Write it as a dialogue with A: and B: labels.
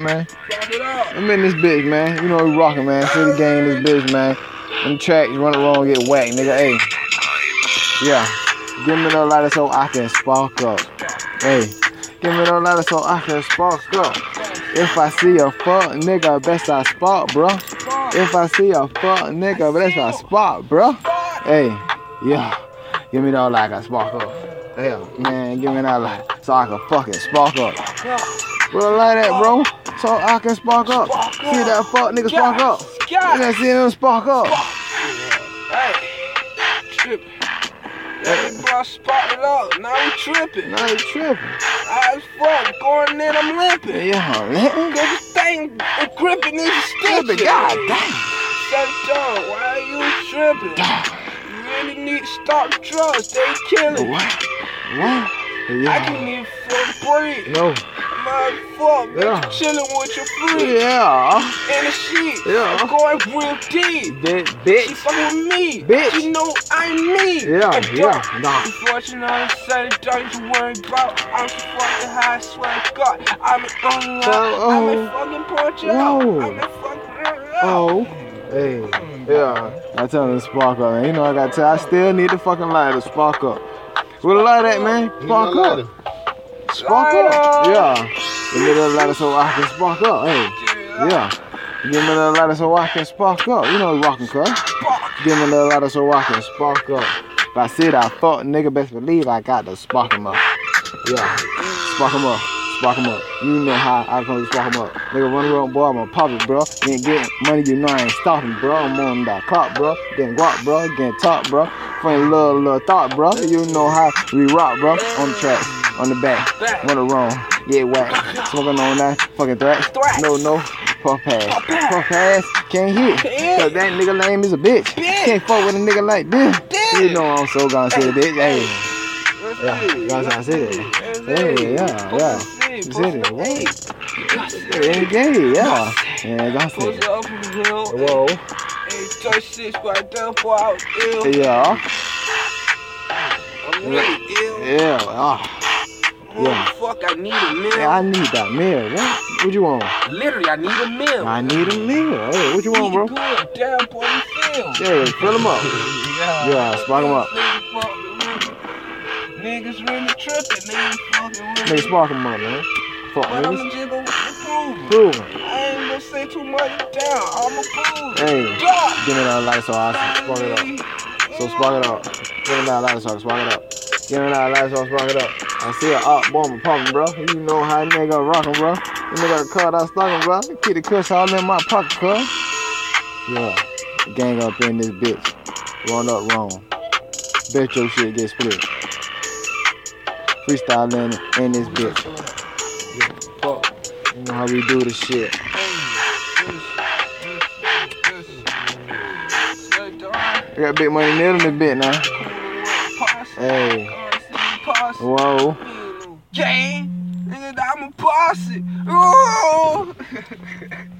A: man. I'm in this bitch, man. You know we rocking, man. See the game, this bitch, man. Them tracks run it wrong, get whacked, nigga. Hey, yeah. Give me no lighter so I can spark up. Hey, give me no lighter so I can spark up. If I see a fuck nigga, best I spot, bro. If I see a fuck nigga, best I spot, bro. Hey, yeah. Give me no lighter, I spark up. Hell, man, give me that lighter so I can fucking spark up. Bro, like that, bro. So I can spark up. See that fuck nigga spark up. You done see him spark up.
B: Hey, tripping. Hey, bro, I spotted up. Now I'm tripping.
A: Now you tripping.
B: I was fuck going in. I'm limping.
A: Yeah, man.
B: Cause this thing is gripping this
A: Tripping,
B: stupid.
A: god damn.
B: Shut up. Why are you tripping? You really need to stop drugs. They killing.
A: What? What?
B: I
A: Yeah.
B: can even feel breathe.
A: No.
B: Motherfucker,
A: Yeah.
B: bitch, chilling with your friend
A: Yeah.
B: and the shit.
A: Yeah.
B: I'm going real deep.
A: That
B: She
A: bitch.
B: fucking with me.
A: Bitch.
B: She know I'm me.
A: Yeah,
B: I'm
A: yeah,
B: dark.
A: nah.
B: Unfortunately, said it, don't you worry about. I'm so fucking high, I swear to God. I'm an online.
A: Oh,
B: I'm
A: oh.
B: in fucking Portugal.
A: No.
B: I'm in fucking
A: Oh. Hey. Yeah. I tell him to spark up, man. You know I gotta tell I still need the fucking lighter to spark up. With a light that, man. Spark up. Spark up.
B: Lighter.
A: Yeah. Give me that lighter so I can spark up. Hey. Yeah. Give me that lighter so I can spark up. You know we rockin' cuz. Give me that lighter so I can spark up. If I see that fuck nigga, best believe I got to spark him up. Yeah. Spark him up. Spark him up. You know how I gonna spark him up. Nigga run around, boy, I'm going to pop it, bro. You ain't getting money, you know I ain't stopping, bro. I'm on that clock, bro. Getting guap, bro. Getting top, bro. Funny little, little thought, bro. You know how we rock, bro. On the tracks, on the back.
B: Back.
A: Run around. Yeah, whack. Smoking on that fucking thrash.
B: Thrash.
A: No, no. Puff pass.
B: Puff pass.
A: Puff pass. Can't hit.
B: Can't
A: Cause
B: hit.
A: that nigga lame is a bitch.
B: Bitch.
A: Can't fuck with a nigga like this.
B: Damn.
A: You know I'm so gonna say bitch. Hey.
B: Let's
A: Yeah,
B: see.
A: you know what I'm
B: Let's
A: saying?
B: see. Let's
A: Hey,
B: see.
A: yeah,
B: Let's see.
A: Zitty,
B: Let's see.
A: what?
B: Let's see.
A: Hey, gay, yeah. Yeah, gonna say
B: Pulled
A: it.
B: up from the hill.
A: Whoa.
B: Hey, touch six right there before I was ill.
A: Yeah.
B: I'm really ill.
A: Yeah. Ah.
B: Oh,
A: Yeah.
B: Fuck, I need a meal.
A: Yeah, I need that meal. What? What you want?
B: Literally, I need a meal.
A: I need a meal. Hey, what you want, bro?
B: Good. Damn, boy, you feel.
A: Yeah, fill him up. Yeah, spark him up.
B: Niggas really tripping. Niggas fucking really.
A: Nigga, spark him up, man. Fuck,
B: But I'm
A: niggas.
B: just gonna prove it.
A: Prove it.
B: I ain't gonna say too much down. I'm gonna prove it.
A: Hey,
B: God.
A: give me that light so I can spark it up. So spark it up. Give me that light so I can spark it up. Give me that light so I can spark it up. I see a up, boy, I'm pumping, bro. You know how nigga rockin', bro. You nigga cut out stocking, bro. Keep the cuss all in my pocket, cuz. Yeah, gang up in this bitch. Run up wrong. Bet your shit get split. Freestyling in this bitch.
B: Fuck.
A: You know how we do this shit. I got big money nail in this bitch now. Hey. Whoa.
B: Gang, nigga, I'm a posse. Ooh.